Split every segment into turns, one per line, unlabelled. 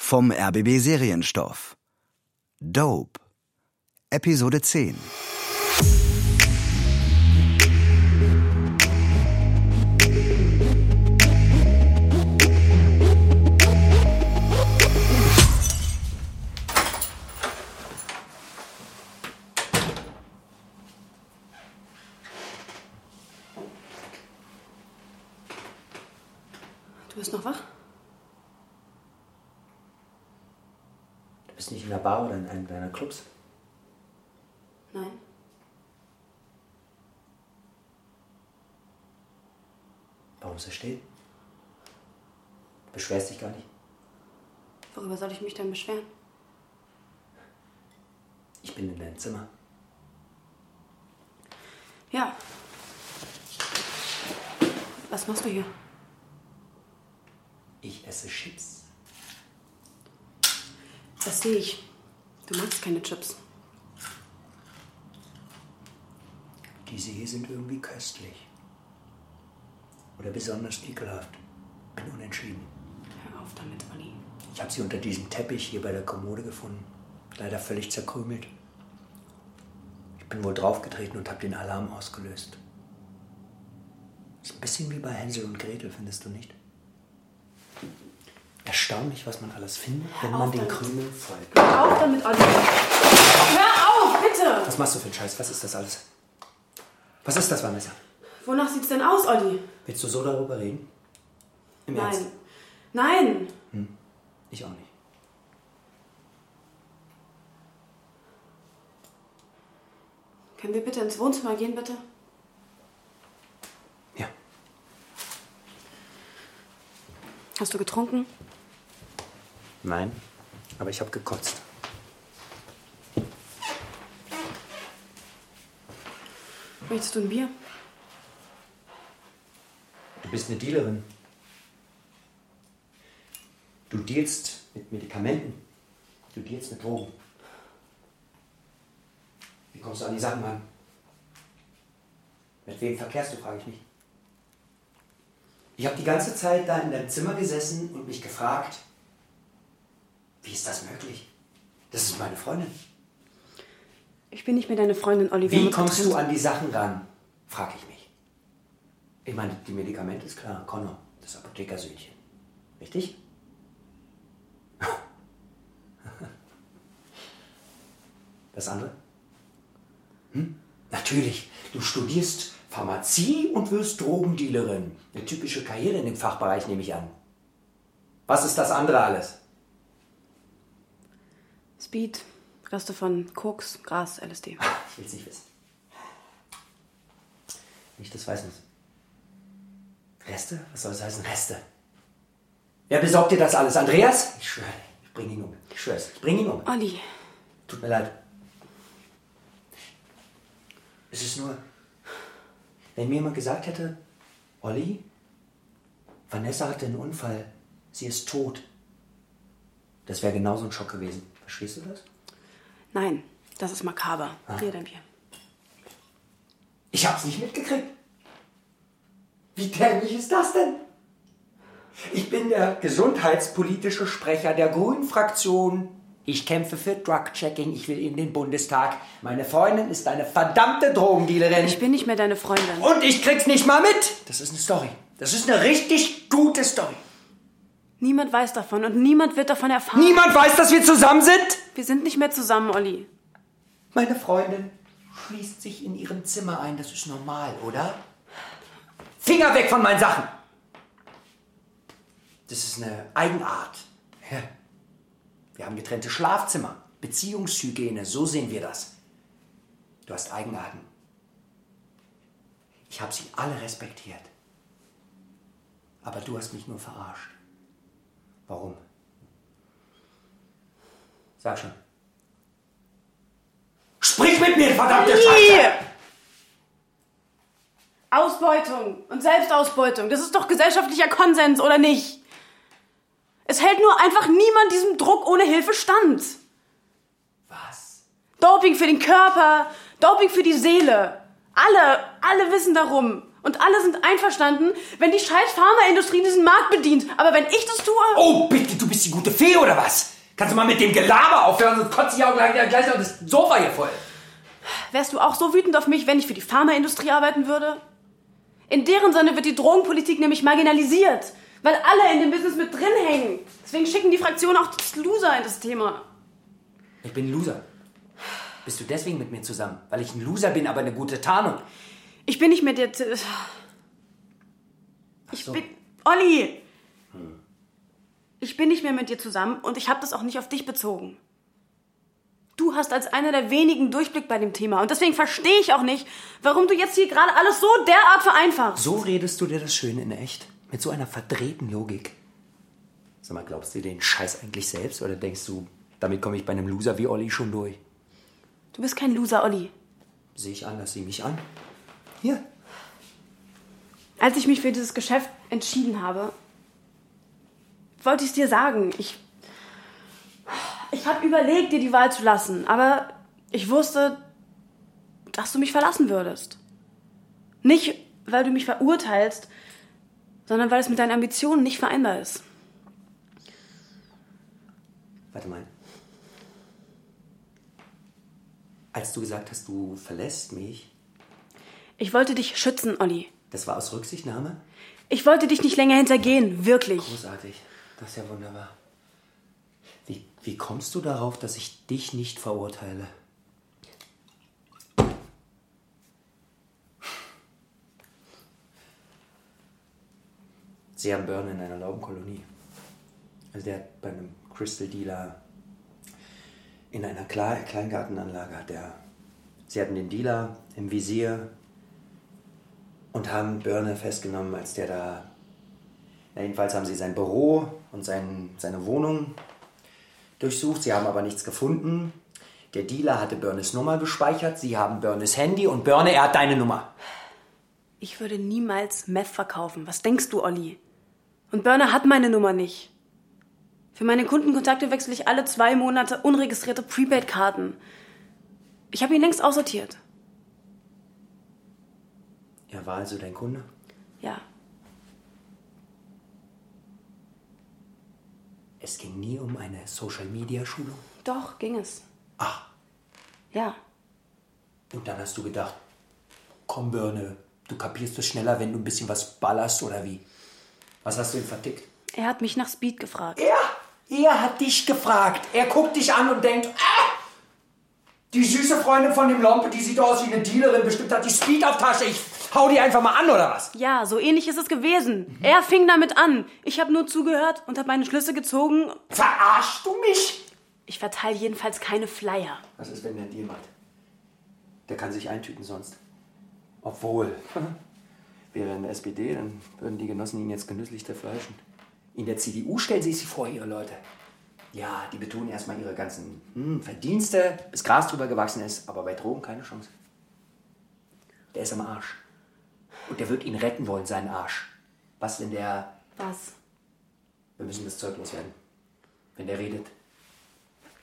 vom RBB Serienstoff. Dope. Episode 10.
Du bist noch wach?
Du bist nicht in der Bar oder in einem deiner Clubs?
Nein.
Warum so still? Du beschwerst dich gar nicht.
Worüber soll ich mich denn beschweren?
Ich bin in deinem Zimmer.
Ja. Was machst du hier?
Ich esse Chips.
Das sehe ich. Du magst keine Chips.
Diese hier sind irgendwie köstlich. Oder besonders ekelhaft. Bin unentschieden.
Hör auf damit, Olli.
Ich habe sie unter diesem Teppich hier bei der Kommode gefunden. Leider völlig zerkrümelt. Ich bin wohl draufgetreten und habe den Alarm ausgelöst. Ist ein bisschen wie bei Hänsel und Gretel, findest du nicht? Erstaunlich, was man alles findet, wenn
Hör
man
auf
den
damit.
Krümel folgt.
Hör auf damit, Olli. Hör auf, bitte!
Was machst du für einen Scheiß? Was ist das alles? Was ist das, Vanessa?
Wonach sieht's denn aus, Olli?
Willst du so darüber reden? Im Ernst?
Nein. Nein!
Ich auch nicht.
Können wir bitte ins Wohnzimmer gehen, bitte?
Ja.
Hast du getrunken?
Nein. Aber ich habe gekotzt.
Möchtest du ein Bier?
Du bist eine Dealerin. Du dealst mit Medikamenten. Du dealst mit Drogen. Wie kommst du an die Sachen ran? Mit wem verkehrst du, frage ich mich. Ich habe die ganze Zeit da in deinem Zimmer gesessen und mich gefragt, wie ist das möglich? Das ist meine Freundin.
Ich bin nicht mehr deine Freundin, Olli. Wir haben
Wie
uns
kommst du
getrennt.
an die Sachen ran, frage ich mich. Ich meine, die Medikamente ist klar, Connor, das Apothekersöhnchen. Richtig? Das andere? Hm? Natürlich, du studierst Pharmazie und wirst Drogendealerin. Eine typische Karriere in dem Fachbereich, nehme ich an. Was ist das andere alles?
Speed, Reste von Koks, Gras, LSD.
Ich will's nicht wissen. Nicht, das weiß muss. Reste? Was soll das heißen? Reste. Wer besorgt dir das alles? Andreas? Ich schwöre, ich bring ihn um. Ich schwör's, ich bring ihn um.
Olli,
Tut mir leid. Es ist nur, wenn mir jemand gesagt hätte, Olli, Vanessa hatte einen Unfall, sie ist tot. Das wäre genauso ein Schock gewesen. Verstehst du das?
nein, das ist makaber.
Ah.
Hier dein Bier.
Ich hab's nicht mitgekriegt. Wie dämlich ist das denn? Ich bin der gesundheitspolitische Sprecher der Grünen-Fraktion. Ich kämpfe für Drug-Checking. Ich will in den Bundestag. Meine Freundin ist eine verdammte Drogendealerin.
Ich bin nicht mehr deine Freundin.
Und ich krieg's nicht mal mit. Das ist eine Story. Das ist eine richtig gute Story.
Niemand weiß davon und niemand wird davon erfahren.
Niemand weiß, dass wir zusammen sind.
Wir sind nicht mehr zusammen, Olli.
Meine Freundin schließt sich in ihrem Zimmer ein. Das ist normal, oder? Finger weg von meinen Sachen! Das ist eine Eigenart. Ja. Wir haben getrennte Schlafzimmer, Beziehungshygiene, so sehen wir das. Du hast Eigenarten. Ich habe sie alle respektiert. Aber du hast mich nur verarscht. Warum? Sag schon. Sprich mit mir, verdammte Scheiße!
Ausbeutung und Selbstausbeutung, das ist doch gesellschaftlicher Konsens, oder nicht? Es hält nur einfach niemand diesem Druck ohne Hilfe stand.
Was?
Doping für den Körper, Doping für die Seele. Alle, alle wissen darum. Und alle sind einverstanden, wenn die scheiß Pharmaindustrie diesen Markt bedient. Aber wenn ich das tue.
Oh, bitte, du bist die gute Fee oder was? Kannst du mal mit dem Gelaber aufhören, sonst kotze ich auch gleich, gleich noch das Sofa hier voll.
Wärst du auch so wütend auf mich, wenn ich für die Pharmaindustrie arbeiten würde? In deren Sinne wird die Drogenpolitik nämlich marginalisiert, weil alle in dem Business mit drin hängen. Deswegen schicken die Fraktionen auch das Loser in das Thema.
Ich bin ein Loser. Bist du deswegen mit mir zusammen? Weil ich ein Loser bin, aber eine gute Tarnung.
Ich bin nicht mehr der. T- Ich bin. Olli! Ich bin nicht mehr mit dir zusammen und ich habe das auch nicht auf dich bezogen. Du hast als einer der wenigen Durchblick bei dem Thema und deswegen verstehe ich auch nicht, warum du jetzt hier gerade alles so derart vereinfachst.
So redest du dir das schön in echt. Mit so einer verdrehten Logik. Sag mal, glaubst du dir den Scheiß eigentlich selbst? Oder denkst du, damit komme ich bei einem Loser wie Olli schon durch?
Du bist kein Loser, Olli.
Sehe ich anders, sieh mich an. Hier.
Als ich mich für dieses Geschäft entschieden habe, wollte ich es dir sagen. Ich, ich habe überlegt, dir die Wahl zu lassen, aber ich wusste, dass du mich verlassen würdest. Nicht, weil du mich verurteilst, sondern weil es mit deinen Ambitionen nicht vereinbar ist.
Warte mal. Als du gesagt hast, du verlässt mich,
Ich wollte dich schützen, Olli.
das war aus Rücksichtnahme?
Ich wollte dich nicht länger hintergehen, wirklich.
Großartig. Das ist ja wunderbar. Wie, wie kommst du darauf, dass ich dich nicht verurteile? Sie haben Burn in einer Laubenkolonie. Also der hat bei einem Crystal Dealer in einer Kle Kleingartenanlage hat der. Sie hatten den Dealer im Visier und haben Börne festgenommen, als der da na, jedenfalls haben sie sein Büro und sein, seine Wohnung durchsucht. Sie haben aber nichts gefunden. Der Dealer hatte Börnes Nummer gespeichert. Sie haben Börnes Handy und Börne, er hat deine Nummer.
Ich würde niemals Meth verkaufen. Was denkst du, Olli? Und Burner hat meine Nummer nicht. Für meine Kundenkontakte wechsle ich alle zwei Monate unregistrierte Prepaid-Karten. Ich habe ihn längst aussortiert.
Er war also dein Kunde?
Ja.
Es ging nie um eine Social-Media-Schulung.
Doch, ging es.
Ach,
Ja.
und dann hast du gedacht, komm Börne, du kapierst es schneller, wenn du ein bisschen was ballerst oder wie? Was hast du ihm vertickt?
Er hat mich nach Speed gefragt.
Er, er hat dich gefragt. Er guckt dich an und denkt, ah, die süße Freundin von dem Lompe, die sieht aus wie eine Dealerin, bestimmt hat die Speed auf Tasche. Ich hau die einfach mal an oder was?
Ja, so ähnlich ist es gewesen.
Mhm.
Er fing damit an. Ich habe nur zugehört und habe meine Schlüsse gezogen.
Verarschst du mich?
Ich verteile jedenfalls keine Flyer.
Was ist, wenn der einen Deal macht? Der kann sich eintüten sonst. Obwohl, wäre er in der SPD, dann würden die Genossen ihn jetzt genüsslich zerfleischen. In der CDU stellen sie sich vor, ihre Leute. Ja, die betonen erstmal ihre ganzen hm, Verdienste, bis Gras drüber gewachsen ist, aber bei Drogen keine Chance. Der ist am Arsch. Und der wird ihn retten wollen, seinen Arsch. Was, wenn der.
Was?
Wir müssen das Zeug loswerden. Wenn der redet.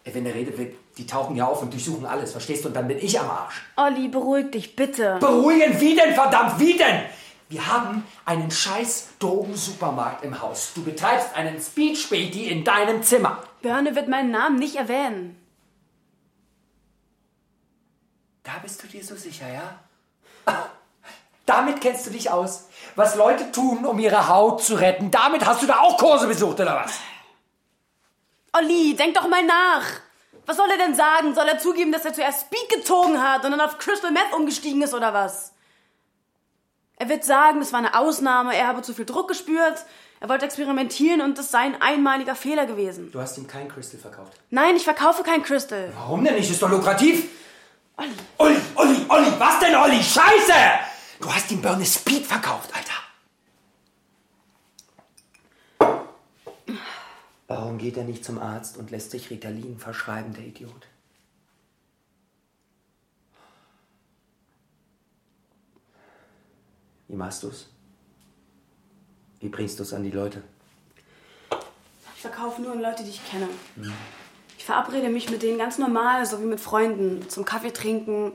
Ey, wenn der redet, wir- die tauchen ja auf und durchsuchen alles, verstehst du? Und dann bin ich am Arsch.
Olli, beruhig dich, bitte.
Beruhigen, wie denn, verdammt, wie denn? Wir haben einen scheiß Drogensupermarkt im Haus. Du betreibst einen Speed-Späti in deinem Zimmer.
Börne wird meinen Namen nicht erwähnen.
Da bist du dir so sicher, ja? Damit kennst du dich aus. Was Leute tun, um ihre Haut zu retten. Damit hast du da auch Kurse besucht, oder was?
Olli, denk doch mal nach. Was soll er denn sagen? Soll er zugeben, dass er zuerst Speed gezogen hat und dann auf Crystal Meth umgestiegen ist oder was? Er wird sagen, das war eine Ausnahme, er habe zu viel Druck gespürt, er wollte experimentieren und das sei ein einmaliger Fehler gewesen.
Du hast ihm kein Crystal verkauft.
Nein, ich verkaufe kein Crystal.
Warum denn nicht? Ist doch lukrativ. Olli. Olli, Olli, Olli, was denn, Olli? Scheiße! Du hast ihm Burn Speed verkauft, Alter. Warum geht er nicht zum Arzt und lässt sich Ritalin verschreiben, der Idiot? Wie machst du's? Wie bringst du's an die Leute?
Ich verkaufe nur an Leute, die ich kenne. Ich verabrede mich mit denen ganz normal, so wie mit Freunden, zum Kaffee trinken,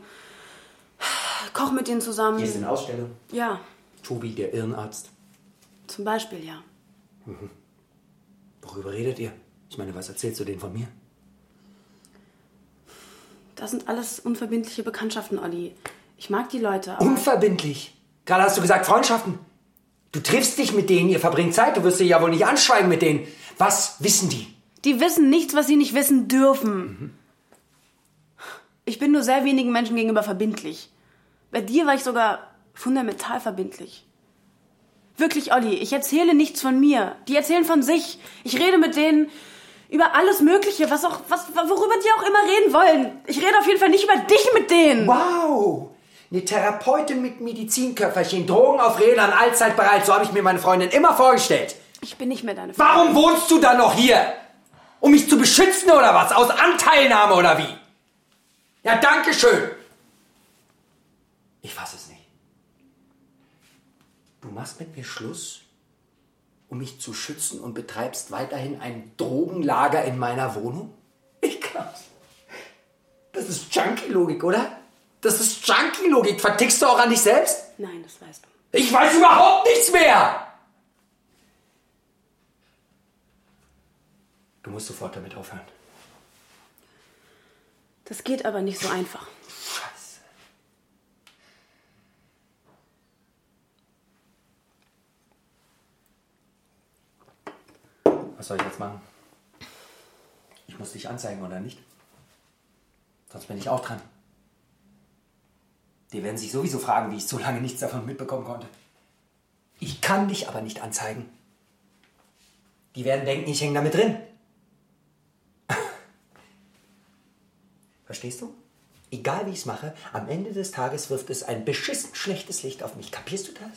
koche mit denen zusammen.
in Ausstellung.
Ja,
Tobi, der Irrenarzt.
Zum Beispiel, ja.
Mhm. Worüber redet ihr? Ich meine, was erzählst du denen von mir?
Das sind alles unverbindliche Bekanntschaften, Olli. Ich mag die Leute, aber
Unverbindlich. Gerade hast du gesagt Freundschaften. Du triffst dich mit denen, ihr verbringt Zeit, du wirst dich ja wohl nicht anschweigen mit denen. Was wissen die?
die wissen nichts, was sie nicht wissen dürfen. Ich bin nur sehr wenigen Menschen gegenüber verbindlich. Bei dir war ich sogar fundamental verbindlich. Wirklich, Olli, ich erzähle nichts von mir. Die erzählen von sich. Ich rede mit denen über alles Mögliche, was auch, was, worüber die auch immer reden wollen. Ich rede auf jeden Fall nicht über dich mit denen.
Wow! Eine Therapeutin mit Medizinköfferchen, Drogen auf Rädern, allzeit bereit, so habe ich mir meine Freundin immer vorgestellt.
Ich bin nicht mehr deine Freundin.
Warum wohnst du dann noch hier? Um mich zu beschützen oder was? Aus Anteilnahme oder wie? Ja, danke schön. Ich fasse es nicht. Du machst mit mir Schluss, um mich zu schützen und betreibst weiterhin ein Drogenlager in meiner Wohnung? Ich glaub's. Das ist Junkie-Logik, oder? Das ist Junkie-Logik. Vertickst du auch an dich selbst?
Nein, das weißt du.
Ich weiß überhaupt nichts mehr! Du musst sofort damit aufhören.
Das geht aber nicht so einfach.
Scheiße. Was soll ich jetzt machen? Ich muss dich anzeigen, oder nicht? Sonst bin ich auch dran. Die werden sich sowieso fragen, wie ich so lange nichts davon mitbekommen konnte. Ich kann dich aber nicht anzeigen. Die werden denken, ich hänge damit drin. Verstehst du? Egal wie ich es mache, am Ende des Tages wirft es ein beschissen schlechtes Licht auf mich. Kapierst du das?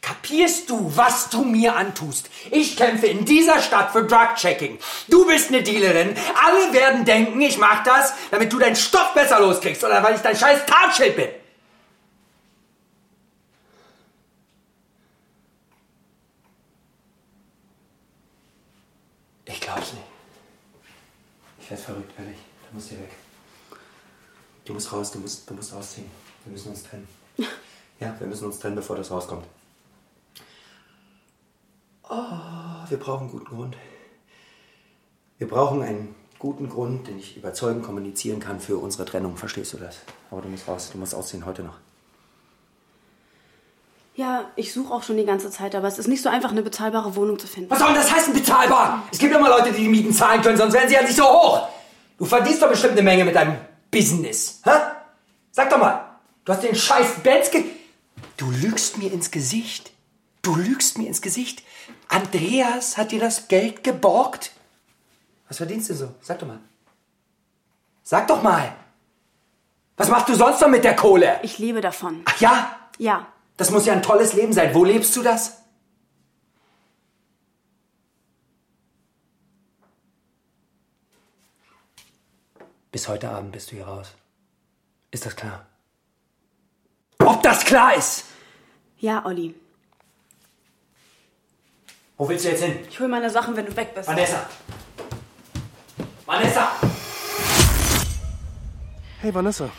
Kapierst du, was du mir antust? Ich kämpfe in dieser Stadt für Drug-Checking. Du bist eine Dealerin. Alle werden denken, ich mache das, damit du deinen Stoff besser loskriegst oder weil ich dein scheiß Tarnschild bin. Ich glaub's nicht. Ich werd verrückt, ehrlich. Du musst hier weg. Du musst raus, du musst, du musst ausziehen. Wir müssen uns trennen. Ja, wir müssen uns trennen, bevor das rauskommt. Oh, wir brauchen einen guten Grund. Wir brauchen einen guten Grund, den ich überzeugend kommunizieren kann für unsere Trennung. Verstehst du das? Aber du musst raus, du musst ausziehen heute noch.
Ja, ich suche auch schon die ganze Zeit, aber es ist nicht so einfach, eine bezahlbare Wohnung zu finden.
Was soll denn das heißen, bezahlbar? Es gibt immer Leute, die die Mieten zahlen können, sonst wären sie ja nicht so hoch. Du verdienst doch bestimmt eine Menge mit deinem Business, hä? Sag doch mal, du hast den scheiß Benz ge... Du lügst mir ins Gesicht. Du lügst mir ins Gesicht. Andreas hat dir das Geld geborgt. Was verdienst du so? Sag doch mal. Sag doch mal. Was machst du sonst noch mit der Kohle?
Ich lebe davon.
Ach ja,
Ja,
das muss ja ein tolles Leben sein. Wo lebst du das? Bis heute Abend bist du hier raus. Ist das klar? Ob das klar ist?
ja, Olli.
Wo willst du jetzt hin?
Ich hol meine Sachen, wenn du weg bist.
Vanessa! Vanessa!
Hey Vanessa,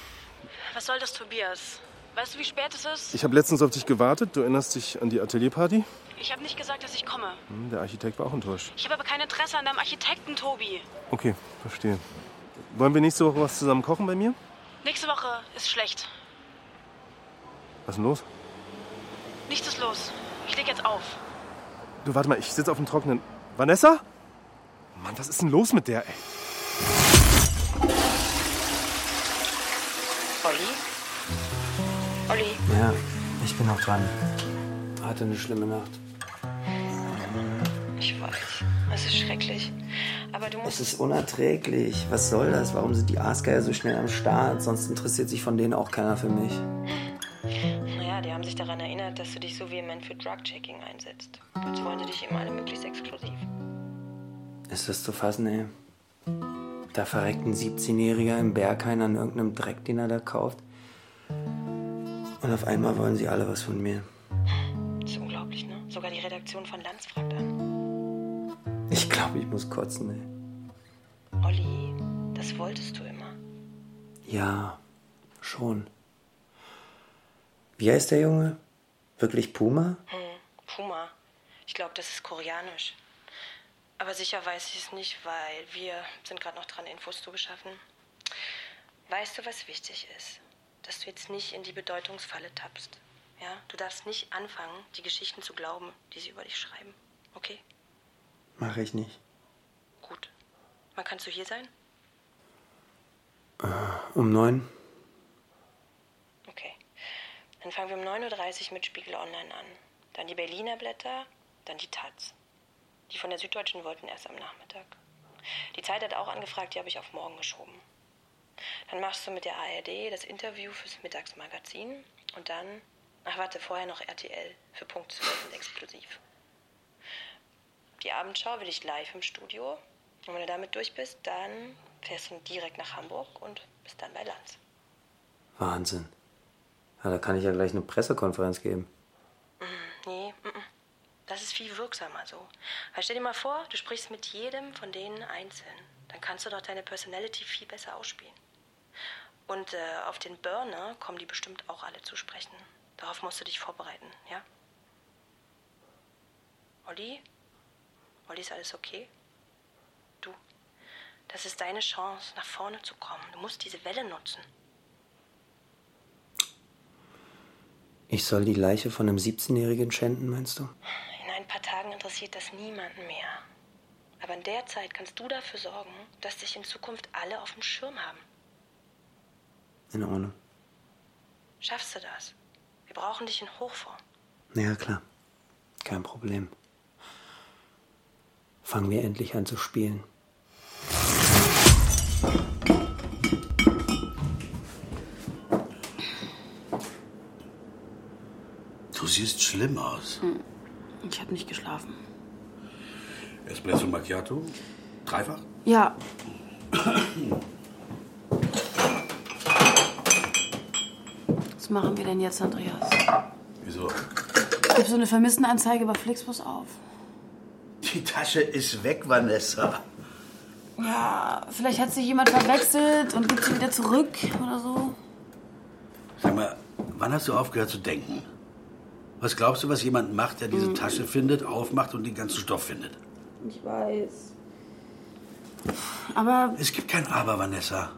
Was soll das, Tobias? Weißt du, wie spät es ist?
ich habe letztens auf dich gewartet. Du erinnerst dich an die Atelierparty?
Ich habe nicht gesagt, dass ich komme.
Hm, Der Architekt war auch enttäuscht.
Ich habe aber kein Interesse an deinem Architekten, Tobi.
Okay, verstehe. Wollen wir nächste Woche was zusammen kochen bei mir?
Nächste Woche ist schlecht.
Was ist denn los?
Nichts ist los. Ich leg jetzt auf.
Du, warte mal, ich sitze auf dem Trockenen. Vanessa? Mann, was ist denn los mit der, ey?
Olli? Olli,
Ja, ich bin noch dran. Hatte eine schlimme Nacht.
ich weiß, es ist schrecklich. Aber du musst.
Es ist unerträglich. Was soll das? Warum sind die Aasgeier so schnell am Start? Sonst interessiert sich von denen auch keiner für mich.
Naja, die haben sich daran erinnert, dass du dich so vehement für Drug-Checking einsetzt. Jetzt wollen sie dich immer alle möglichst exklusiv.
Ist das zu fassen, ey? Da verreckt ein 17-Jähriger im Berghain an irgendeinem Dreck, den er da kauft. Und auf einmal wollen sie alle was von mir.
Das ist unglaublich, ne? Sogar die Redaktion von Lanz fragt an.
Ich glaube, ich muss kotzen, ey.
Olli, das wolltest du immer.
Ja, schon. Wie heißt der Junge? Wirklich Puma?
Puma. Ich glaube, das ist koreanisch. Aber sicher weiß ich es nicht, weil wir sind gerade noch dran, Infos zu beschaffen. Weißt du, was wichtig ist? Dass du jetzt nicht in die Bedeutungsfalle tappst. Ja? Du darfst nicht anfangen, die Geschichten zu glauben, die sie über dich schreiben. Okay?
Mache ich nicht.
Gut. Wann kannst du hier sein?
Um neun?
Okay. Dann fangen wir um 9.30 Uhr mit Spiegel Online an. Dann die Berliner Blätter, dann die Taz. Die von der Süddeutschen wollten erst am Nachmittag. Die Zeit hat auch angefragt, die habe ich auf morgen geschoben. Dann machst du mit der ARD das Interview fürs Mittagsmagazin und dann, ach warte, vorher noch RTL für Punkt 12 und exklusiv. Die Abendschau will ich live im Studio. Und wenn du damit durch bist, dann fährst du direkt nach Hamburg und bist dann bei Lanz.
Wahnsinn. Ja, da kann ich ja gleich eine Pressekonferenz geben.
Nee, mm, mm. das ist viel wirksamer so. Weil stell dir mal vor, du sprichst mit jedem von denen einzeln. Dann kannst du doch deine Personality viel besser ausspielen. Und äh, auf den Burner kommen die bestimmt auch alle zu sprechen. Darauf musst du dich vorbereiten, ja? Olli? Olli, ist alles okay? Du, das ist deine Chance, nach vorne zu kommen. Du musst diese Welle nutzen.
Ich soll die Leiche von einem 17-Jährigen schänden, meinst du?
In ein paar Tagen interessiert das niemanden mehr. Aber in der Zeit kannst du dafür sorgen, dass dich in Zukunft alle auf dem Schirm haben.
In Ordnung.
Schaffst du das? Wir brauchen dich in Hochform.
Ja, klar. Kein Problem. Fangen wir endlich an zu spielen.
Du siehst schlimm aus.
Ich habe nicht geschlafen.
Espresso Macchiato? Dreifach?
Ja. Was machen wir denn jetzt, Andreas?
Wieso?
Ich gebe so eine Vermisstenanzeige bei Flixbus auf.
Die Tasche ist weg, Vanessa.
Ja, vielleicht hat sich jemand verwechselt und gibt sie wieder zurück oder so.
Sag mal, wann hast du aufgehört zu denken? Was glaubst du, was jemand macht, der diese Tasche findet, aufmacht und den ganzen Stoff findet?
Hm. Ich weiß. Aber
Es gibt kein Aber, Vanessa.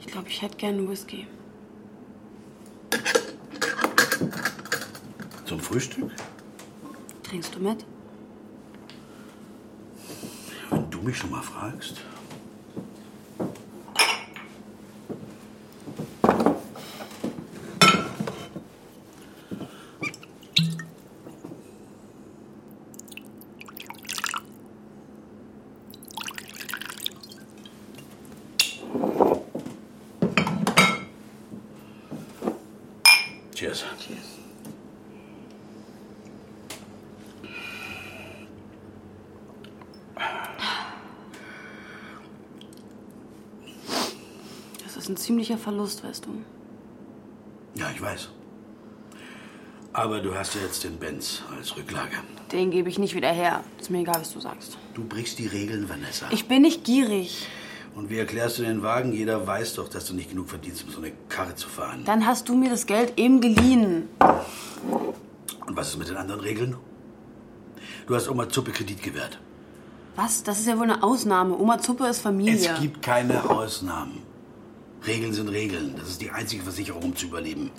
ich glaube, ich hätte gerne einen Whisky.
Zum Frühstück?
Trinkst du mit?
Wenn du mich schon mal fragst. Cheers. Cheers.
Das ist ein ziemlicher Verlust, weißt du.
Ja, ich weiß. Aber du hast ja jetzt den Benz als Rücklage.
Den gebe ich nicht wieder her. Ist mir egal, was du sagst.
Du brichst die Regeln, Vanessa.
Ich bin nicht gierig.
Und wie erklärst du den Wagen? Jeder weiß doch, dass du nicht genug verdienst, um so eine Karre zu fahren.
Dann hast du mir das Geld eben geliehen.
Und was ist mit den anderen Regeln? Du hast Oma Zuppe Kredit gewährt.
Was? Das ist ja wohl eine Ausnahme. Oma Zuppe ist Familie.
Es gibt keine Ausnahmen. Regeln sind Regeln. Das ist die einzige Versicherung, um zu überleben.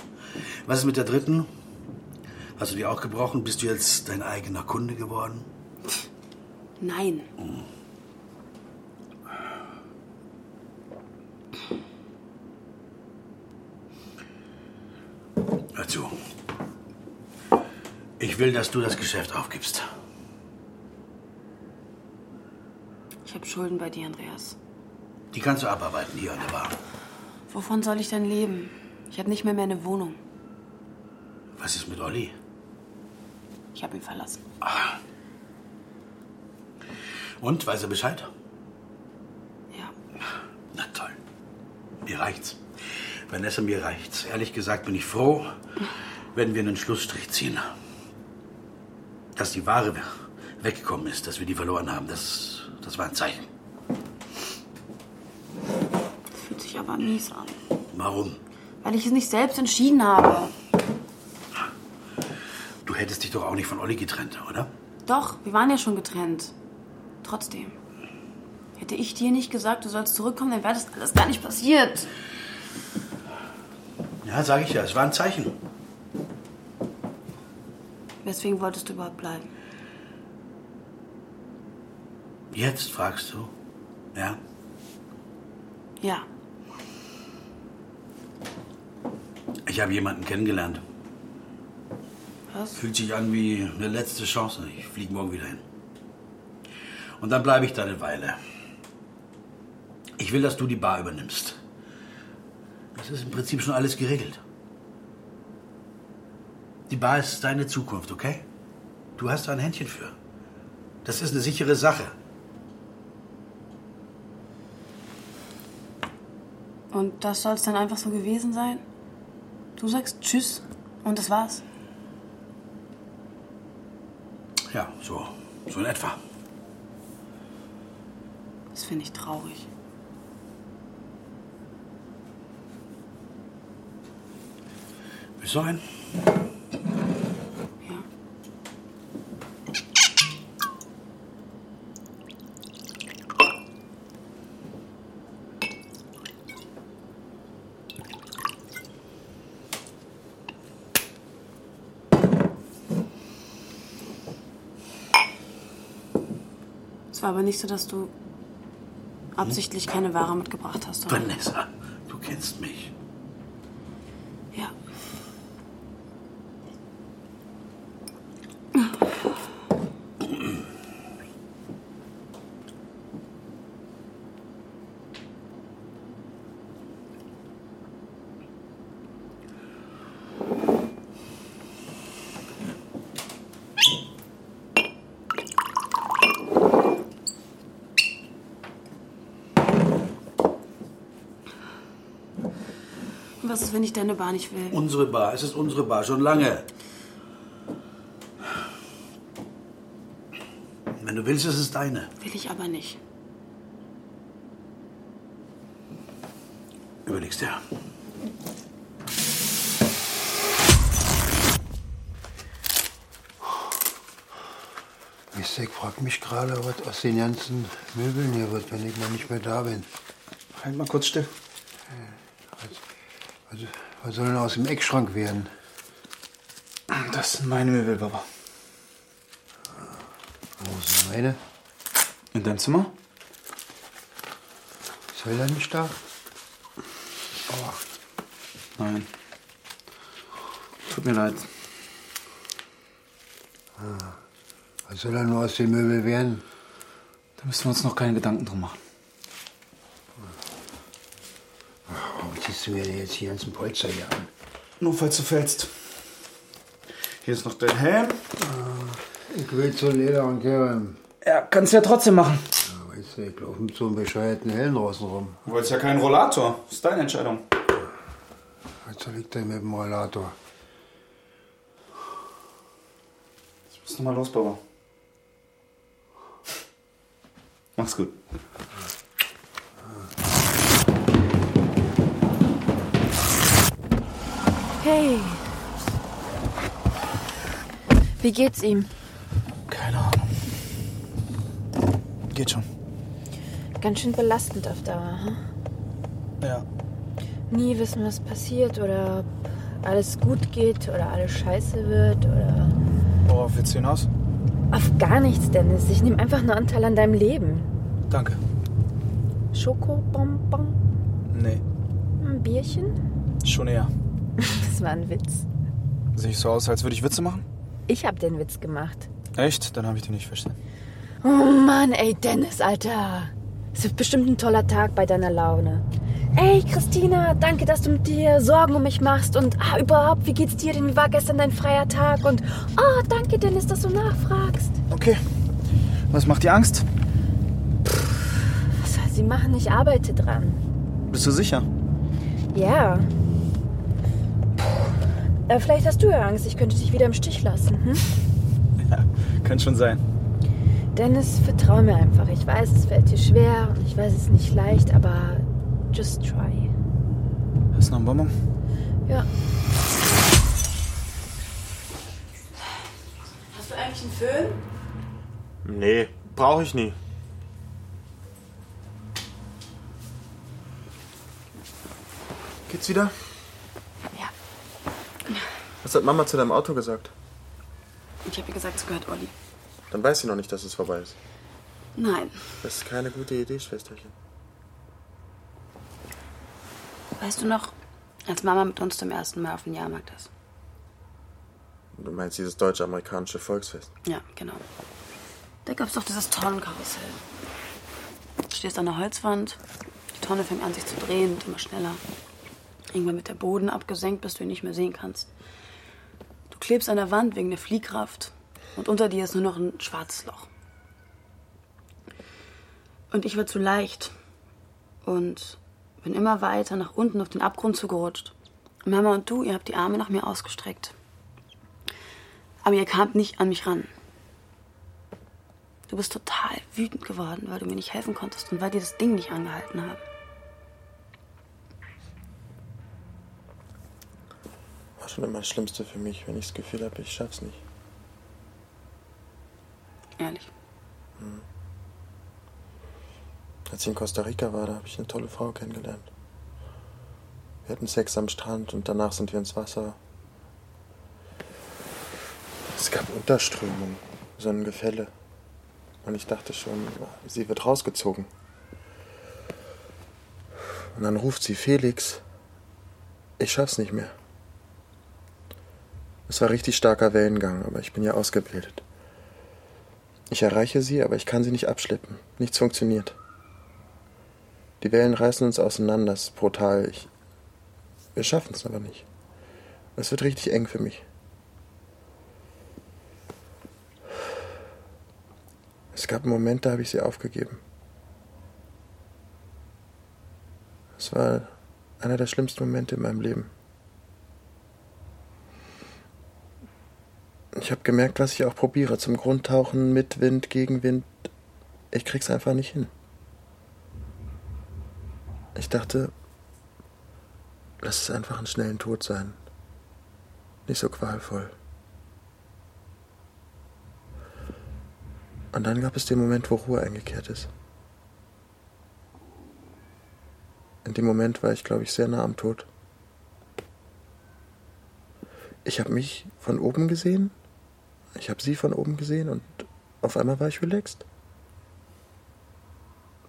Was ist mit der dritten? Hast du die auch gebrochen? Bist du jetzt dein eigener Kunde geworden?
Nein.
Hör zu. Ich will, dass du das Geschäft aufgibst.
Ich habe Schulden bei dir, Andreas.
Die kannst du abarbeiten hier an der Bar.
Wovon soll ich denn leben? Ich habe nicht mehr, mehr eine Wohnung.
Was ist mit Olli? Ah.
Ich habe ihn verlassen.
Und, weiß er Bescheid?
Ja.
Na toll. Mir reicht's. Vanessa, mir reicht's. Ehrlich gesagt bin ich froh, wenn wir einen Schlussstrich ziehen. Dass die Ware weggekommen ist, dass wir die verloren haben, das, das war ein Zeichen.
Fühlt sich aber mies an.
Warum?
Weil ich es nicht selbst entschieden habe.
Du hättest dich doch auch nicht von Olli getrennt, oder?
Doch, wir waren ja schon getrennt. Trotzdem. Hätte ich dir nicht gesagt, du sollst zurückkommen, dann wäre das alles gar nicht passiert.
Ja, sage ich ja, es war ein Zeichen.
Weswegen wolltest du überhaupt bleiben?
Jetzt fragst du. Ja?
Ja.
Ich habe jemanden kennengelernt.
Was?
Fühlt sich an wie eine letzte Chance. Ich fliege morgen wieder hin. Und dann bleibe ich da eine Weile. Ich will, dass du die Bar übernimmst. Das ist im Prinzip schon alles geregelt. Die Bar ist deine Zukunft, okay? Du hast da ein Händchen für. Das ist eine sichere Sache.
Und das soll es dann einfach so gewesen sein? Du sagst Tschüss und das war's.
Ja, so, so in etwa.
Das finde ich traurig.
Bis dahin.
Ja. Es war aber nicht so, dass du absichtlich keine Ware mitgebracht hast, oder?
Vanessa, du kennst mich.
Ja. Und was ist, wenn ich deine Bar nicht will?
Unsere Bar, es ist unsere Bar, schon lange. Wenn du willst, ist es deine.
Will ich aber nicht.
Überlegst dir.
Isaac fragt mich gerade, was aus den ganzen Möbeln hier wird, wenn ich mal nicht mehr da bin.
Halt mal kurz still.
Also, was soll denn aus dem Eckschrank werden?
Das sind meine Möbel, Papa.
Wo sind meine?
In deinem Zimmer?
Ist Hella nicht da?
Nein. Tut mir leid.
Ah. Was soll denn nur aus den Möbeln werden?
Da müssen wir uns noch keine Gedanken drum machen.
Warum ziehst du mir denn jetzt die ganzen Polster hier an?
Nur falls du fällst. Hier ist noch dein Helm.
Äh, Ich will zu Leder und Kerem.
Ja, kannst ja trotzdem machen.
Ja, weißt du, ich laufe mit so einem bescheuerten Helm draußen rum.
Du wolltest ja keinen Rollator. Ist deine Entscheidung.
Was soll ich denn mit dem Rollator?
Ich muss nochmal los, Papa. Mach's gut.
Hey. Wie geht's ihm?
Keine Ahnung. Geht schon.
Ganz schön belastend auf Dauer. Hm?
Ja.
Nie wissen, was passiert oder ob alles gut geht oder alles scheiße wird oder.
Worauf willst du hinaus?
Auf gar nichts, Dennis. Ich nehme einfach nur Anteil an deinem Leben.
Danke.
Schokobonbon,
Nee,
ein Bierchen?
schon eher.
Das war ein Witz.
Sehe ich so aus, als würde ich Witze machen?
Ich hab den Witz gemacht.
Echt? Dann habe ich den nicht verstanden.
Oh Mann, ey, Dennis, Alter. Es wird bestimmt ein toller Tag bei deiner Laune. Ey, Christina, danke, dass du mit dir Sorgen um mich machst. Und ah, überhaupt, wie geht's dir denn? Wie war gestern dein freier Tag? Und oh, danke, Dennis, dass du nachfragst.
Okay. Was macht dir Angst?
Was soll sie machen? Ich arbeite dran.
Bist du sicher?
Ja. Puh. Äh, vielleicht hast du ja Angst, ich könnte dich wieder im Stich lassen. Hm?
Ja, kann schon sein.
Dennis, vertrau mir einfach. Ich weiß, es fällt dir schwer und ich weiß, es ist nicht leicht, aber just try.
Ist noch ein Bonbon?
Ja.
Hast du eigentlich einen Föhn?
Nee, brauche ich nie. Geht's wieder?
Ja.
Was hat Mama zu deinem Auto gesagt?
Ich habe ihr gesagt, es gehört Olli.
Dann weiß sie noch nicht, dass es vorbei ist.
Nein.
Das ist keine gute Idee, Schwesterchen.
Weißt du noch, als Mama mit uns zum ersten Mal auf dem Jahrmarkt ist?
Du meinst dieses deutsch-amerikanische Volksfest?
Ja, genau. Da gab's doch dieses Tonnenkarussell. Du stehst an der Holzwand, die Tonne fängt an sich zu drehen, wird immer schneller. Irgendwann wird der Boden abgesenkt, bis du ihn nicht mehr sehen kannst. Du klebst an der Wand wegen der Fliehkraft und unter dir ist nur noch ein schwarzes Loch. Und ich war zu leicht und bin immer weiter nach unten auf den Abgrund zugerutscht. Mama und du, ihr habt die Arme nach mir ausgestreckt. Aber ihr kamt nicht an mich ran. Du bist total wütend geworden, weil du mir nicht helfen konntest und weil dir das Ding nicht angehalten haben.
War schon immer das Schlimmste für mich, wenn ich das Gefühl habe, ich schaff's nicht.
Ehrlich.
Als ich in Costa Rica war, da habe ich eine tolle Frau kennengelernt. Wir hatten Sex am Strand und danach sind wir ins Wasser. Es gab Unterströmung, so ein Gefälle. Und ich dachte schon, sie wird rausgezogen. Und dann ruft sie Felix, ich schaff's nicht mehr. Es war richtig starker Wellengang, aber ich bin ja ausgebildet. Ich erreiche sie, aber ich kann sie nicht abschleppen. Nichts funktioniert. Die Wellen reißen uns auseinander, es ist brutal. Ich, wir schaffen es aber nicht. Es wird richtig eng für mich. Es gab einen Moment, da habe ich sie aufgegeben. Es war einer der schlimmsten Momente in meinem Leben. Ich habe gemerkt, was ich auch probiere. Zum Grundtauchen, mit Wind, gegen Wind. Ich krieg's einfach nicht hin. Ich dachte, lass es einfach einen schnellen Tod sein. Nicht so qualvoll. Und dann gab es den Moment, wo Ruhe eingekehrt ist. In dem Moment war ich, glaube ich, sehr nah am Tod. Ich habe mich von oben gesehen, ich habe sie von oben gesehen und auf einmal war ich relaxed.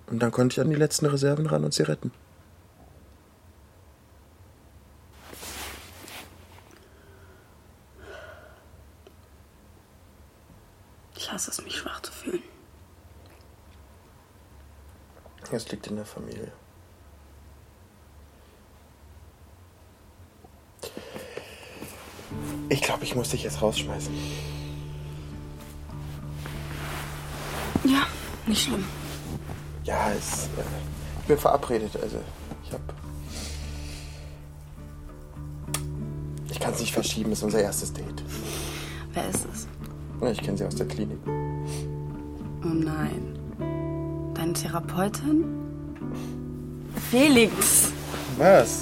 Und dann konnte ich an die letzten Reserven ran und sie retten.
Ich hasse es, mich schwach zu fühlen.
Es liegt in der Familie. Ich glaube, ich muss dich jetzt rausschmeißen.
Ja, nicht schlimm.
Ja, es, äh, ich bin verabredet, also ich hab. Ich kann es nicht verschieben, ist unser erstes Date.
Wer ist es?
Ja, Ich kenne sie aus der Klinik.
Oh nein. Deine Therapeutin? Felix!
Was?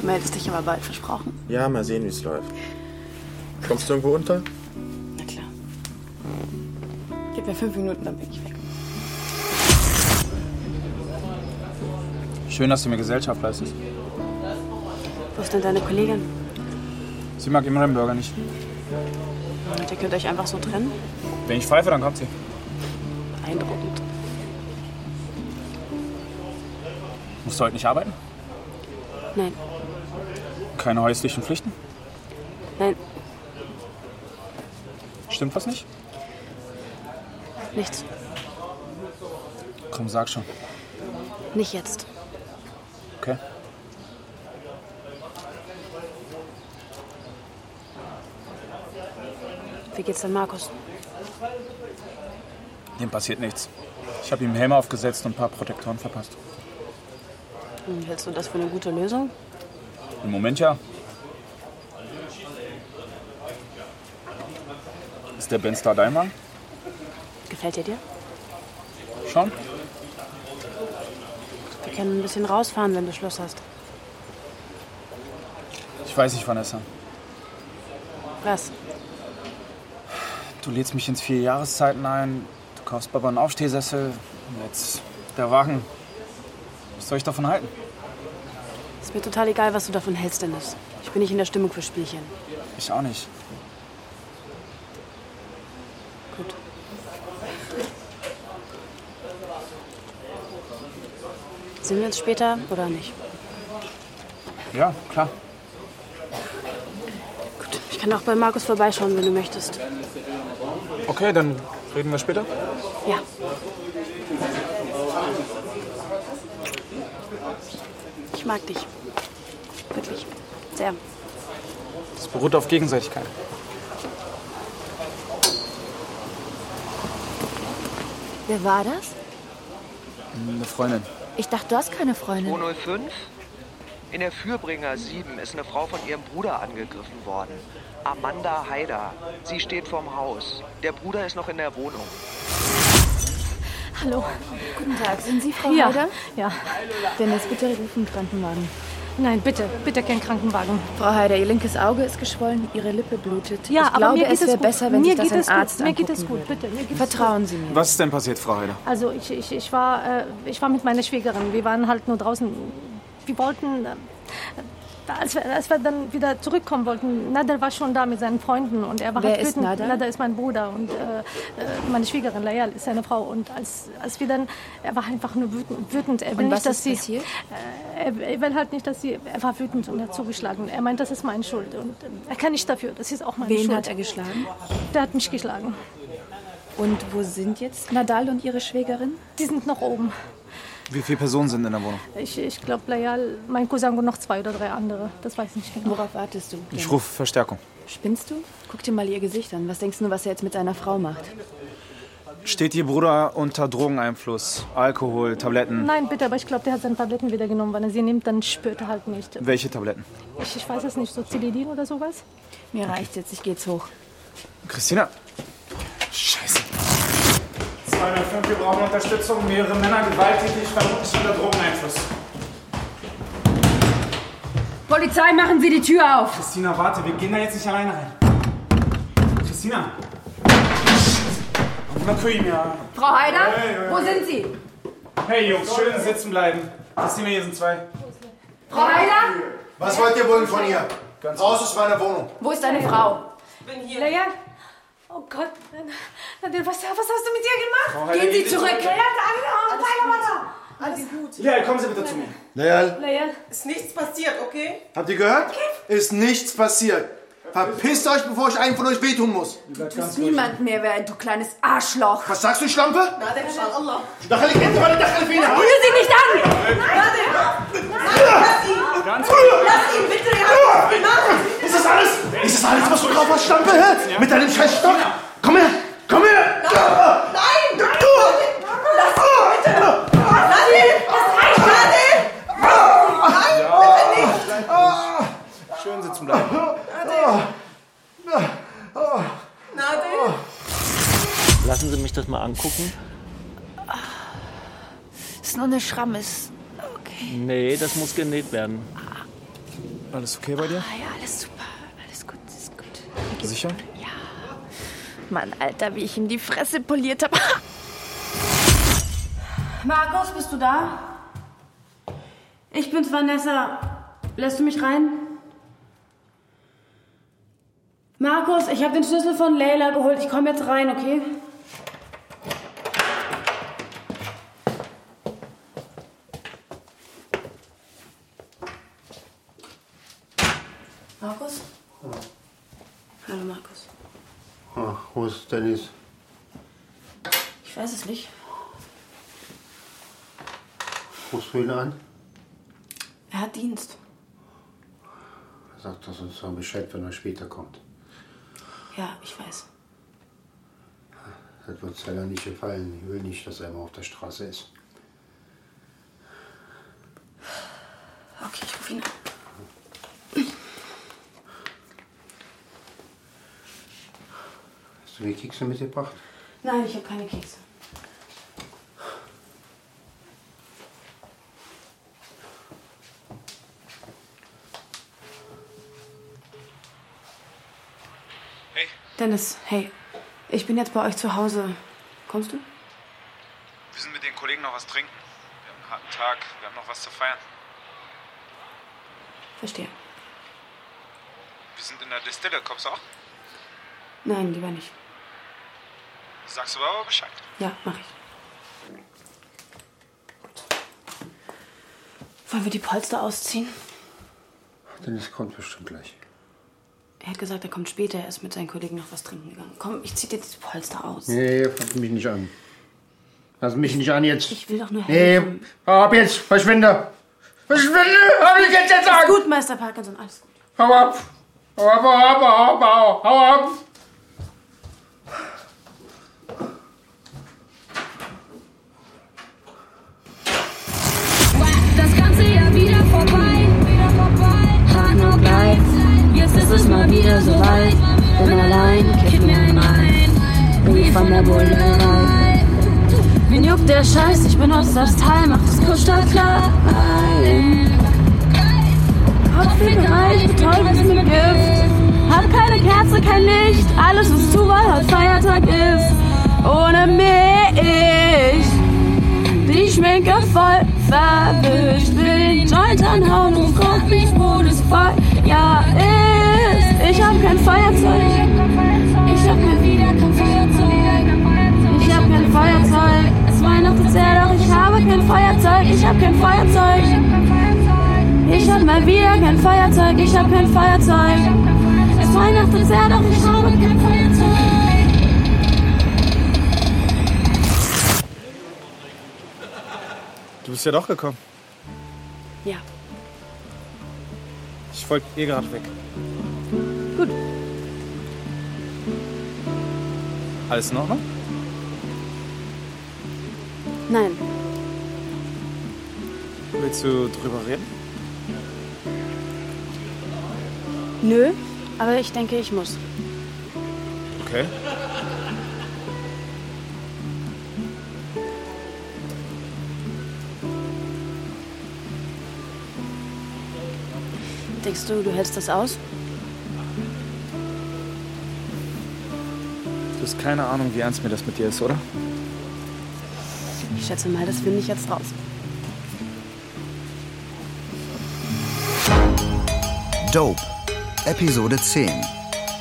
Du meldest dich aber bald, versprochen.
Ja, mal sehen, wie es läuft. Kommst du irgendwo unter?
Na klar. Gib mir fünf Minuten, dann bin ich weg.
Schön, dass du mir Gesellschaft leistest.
Wo ist denn deine Kollegin?
Sie mag den Burger nicht.
Und ihr könnt euch einfach so trennen?
Wenn ich pfeife, dann kommt sie.
Beeindruckend.
Musst du heute nicht arbeiten?
Nein,
Keine häuslichen Pflichten?
nein,
Stimmt was nicht?
nichts.
Komm, sag schon.
Nicht jetzt.
Okay.
Wie geht's denn, Markus?
Dem passiert nichts. Ich habe ihm einen Helm aufgesetzt und ein paar Protektoren verpasst.
Hm, Hältst du das für eine gute Lösung?
Im Moment ja. Ist der Ben Star dein Mann?
Gefällt er dir?
Schon?
Wir können ein bisschen rausfahren, wenn du Schluss hast.
Ich weiß nicht, Vanessa.
Was?
Du lädst mich ins vier Jahreszeiten ein, du kaufst Papa einen Aufstehsessel und jetzt der Wagen. Was soll ich davon halten?
Ist mir total egal, was du davon hältst, Dennis. Ich bin nicht in der Stimmung für Spielchen.
Ich auch nicht.
Gut. Sehen wir uns später oder nicht?
Ja, klar.
Ich kann auch bei Markus vorbeischauen, wenn du möchtest.
Okay, dann reden wir später.
Ja. Ich mag dich. Wirklich. Sehr.
Das beruht auf Gegenseitigkeit.
Wer war das?
Eine Freundin.
Ich dachte, du hast keine Freundin.
205? In der Fürbringer 7 ist eine Frau von ihrem Bruder angegriffen worden. Amanda Haider. Sie steht vorm Haus. Der Bruder ist noch in der Wohnung.
Hallo. Guten Tag, sind Sie Frau
Ja.
Heider?
Ja.
Dennis, bitte ruf einen Krankenwagen.
Nein, bitte, bitte kein Krankenwagen.
Frau Heider, Ihr linkes Auge ist geschwollen, Ihre Lippe blutet.
Ja,
ich
aber
glaube,
mir geht
es wäre
es gut.
besser, wenn
Mir
sich das
geht
ein
es gut.
Arzt
Mir
angucken
geht es gut,
würde.
bitte, mir geht es
Vertrauen
gut.
Sie mir.
Was ist denn passiert, Frau Heider?
Also ich, ich, ich, war, äh, ich war mit meiner Schwägerin. Wir waren halt nur draußen. Wir wollten, äh, als, wir, als wir dann wieder zurückkommen wollten, Nader war schon da mit seinen Freunden und er war
Wer
halt
ist
wütend.
Nader?
Nader ist mein Bruder und äh, äh, meine Schwägerin Layal ist seine Frau. Und als, als wir dann, er war einfach nur wütend. wütend. Er will
Und
nicht,
was
dass
ist
sie,
passiert?
Äh, er, er will halt nicht, dass sie, er war wütend und hat zugeschlagen. Er meint, das ist meine Schuld und äh, er kann nicht dafür. Das ist auch meine
Wen
Schuld.
hat er geschlagen?
Der hat mich geschlagen.
Und wo sind jetzt Nadal und Ihre Schwägerin?
Die sind noch oben.
Wie viele Personen sind in der Wohnung?
Ich, ich glaube, Layal, mein Cousin und noch zwei oder drei andere. Das weiß ich nicht genau.
Worauf wartest du?
Ich rufe Verstärkung.
Spinnst du? Guck dir mal ihr Gesicht an. Was denkst du, was er jetzt mit seiner Frau macht?
Steht Ihr Bruder unter Drogeneinfluss? Alkohol, Tabletten?
Nein, bitte, aber ich glaube, der hat seine Tabletten wieder genommen. Wenn er sie nimmt, dann spürt er halt nicht.
Welche Tabletten?
Ich, ich weiß es nicht, so Cilidin oder sowas?
Mir reicht's jetzt, ich geht's hoch.
Christina! Scheiße. 205, wir brauchen Unterstützung. Mehrere Männer gewalttätig, vermutlich unter Drogeneinfluss.
Polizei, machen Sie die Tür auf!
Christina, warte, wir gehen da jetzt nicht alleine rein. Christina! Na, Krimier.
Frau Heider,
Hey, hey,
wo
hey.
sind Sie?
Hey Jungs, schön sitzen bleiben. Christina, hier sind zwei.
Frau Heider?
Was wollt ihr wollen von ihr? Raus aus meiner Wohnung.
Wo ist deine Frau? Ich bin hier. Leia? Oh Gott, Nadine, was, was hast du mit ihr
Frau
gemacht?
Heider,
Gehen Sie
geh
zurück.
zurück.
Leia, deine Arme, deine Mutter.
Alles gut.
Ja, kommen Sie bitte zu mir.
Leal,
Leia?
Ist nichts passiert, okay?
habt ihr gehört? Ist nichts passiert. Verpisst euch, bevor ich einen von euch wehtun muss.
Du bist niemand mehr wert, du kleines Arschloch.
Was sagst du, Schlampe?
Nader, schau Allah.
دخلك انت ولا دخل فينا؟
Rühr sie nicht an!
Lass ihn! Lass ihn bitte! Er hat nichts gemacht!
Ist das alles? Ist das alles, was du drauf hast, Schlampe? hä? Mit deinem Scheißstock? Komm her! Komm her!
Nein! Nein! Lass ihn bitte!
Ah.
Lass ihn! Das reicht! Nader! Nein, bitte nicht!
Schön sitzen bleiben.
Ah.
Nader!
Lassen Sie mich das mal angucken.
Ist nur eine Schramme. Ist
Nee, das muss genäht werden.
Alles okay bei
Ah
dir?
ja alles super. Alles gut, ist gut.
Sicher?
Mann, Alter, wie ich ihm die Fresse poliert habe.
Markus, bist du da? Ich bin's, Vanessa. Lässt du mich rein? Markus, ich habe den Schlüssel von Leila geholt. Ich komme jetzt rein, okay? Markus? Hallo, Markus.
Ach, wo ist Dennis?
Ich weiß es nicht.
Rufst du ihn an?
Er hat Dienst.
Sagt das uns dann Bescheid, wenn er später kommt.
Ja, ich weiß.
Das wird Zeller nicht gefallen. Ich will nicht, dass er immer auf der Straße ist.
Okay, ich rufe ihn an.
Hast du die Kekse mitgebracht?
Nein, ich habe keine Kekse. Dennis, hey, ich bin jetzt bei euch zu Hause. Kommst du?
Wir sind mit den Kollegen noch was trinken. Wir haben einen harten Tag, wir haben noch was zu feiern.
Verstehe.
Wir sind in der Distille, kommst du auch?
Nein, lieber nicht.
Sagst du aber Bescheid.
Ja, mach ich. Wollen wir die Polster ausziehen?
Dennis kommt bestimmt gleich.
Er hat gesagt, er kommt später. Er ist mit seinen Kollegen noch was trinken gegangen. Komm, ich zieh dir die Polster aus.
Nee, fass mich nicht an. Fass mich nicht an jetzt.
Ich will doch nur
Nee,
helfen.
hau ab jetzt, verschwinde. Verschwinde, hab ich jetzt
Ist
gesagt.
gut, Meister Parkinson, alles gut.
Hau ab. Hau ab, hau ab, hau ab, hau ab, hau ab.
Das ganze Jahr wieder vorbei. Hart nur bleibt. Jetzt ist es mal wieder so weit. Bin allein, kipp mir einen rein. Bin ich von der Bullerei. Wen juckt der Scheiß? Ich bin aus das Teil, mach das kurz statt klein. Kopfwickerei, ich betäube es mit Gift. Hab keine Kerze, kein Licht. Alles, was du weil heute Feiertag ist. Ohne mich. Die Schminke voll verwischt. Will den Joint anhauen und frag mich, wo das Feuer ist. Ich hab kein Feuerzeug. Ich hab kein wieder kein Feuerzeug. Ich hab kein Feuerzeug. Es Weihnachten ist ja doch ich habe kein Feuerzeug. Ich hab kein Feuerzeug. Ich hab mal wieder kein Feuerzeug. Ich hab kein Feuerzeug. Es Weihnachten ist ja doch ich habe kein Feuerzeug.
Du bist ja doch gekommen.
Ja.
Ich wollte eh gerade weg.
Gut.
Alles in Ordnung?
Nein,
Willst du drüber reden?
nö, aber ich denke, ich muss.
Okay.
Denkst du, du hältst das aus?
Du hast keine Ahnung, wie ernst mir das mit dir ist, oder?
Ich schätze mal, das finde ich jetzt raus.
Dope, Episode 10.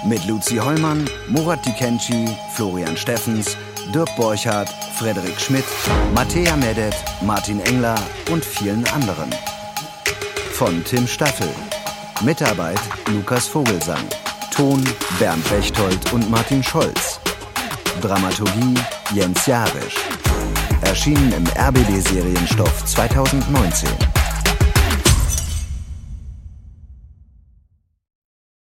Mit Luzi Hollmann, Murat Dikenci, Florian Steffens, Dirk Borchardt, Frederik Schmidt, Mattea Medet, Martin Engler und vielen anderen. Von Tim Staffel. Mitarbeit Lukas Vogelsang. Ton Bernd Bechtold und Martin Scholz. Dramaturgie Jens Jarisch. Erschienen im RBB Serienstoff 2019.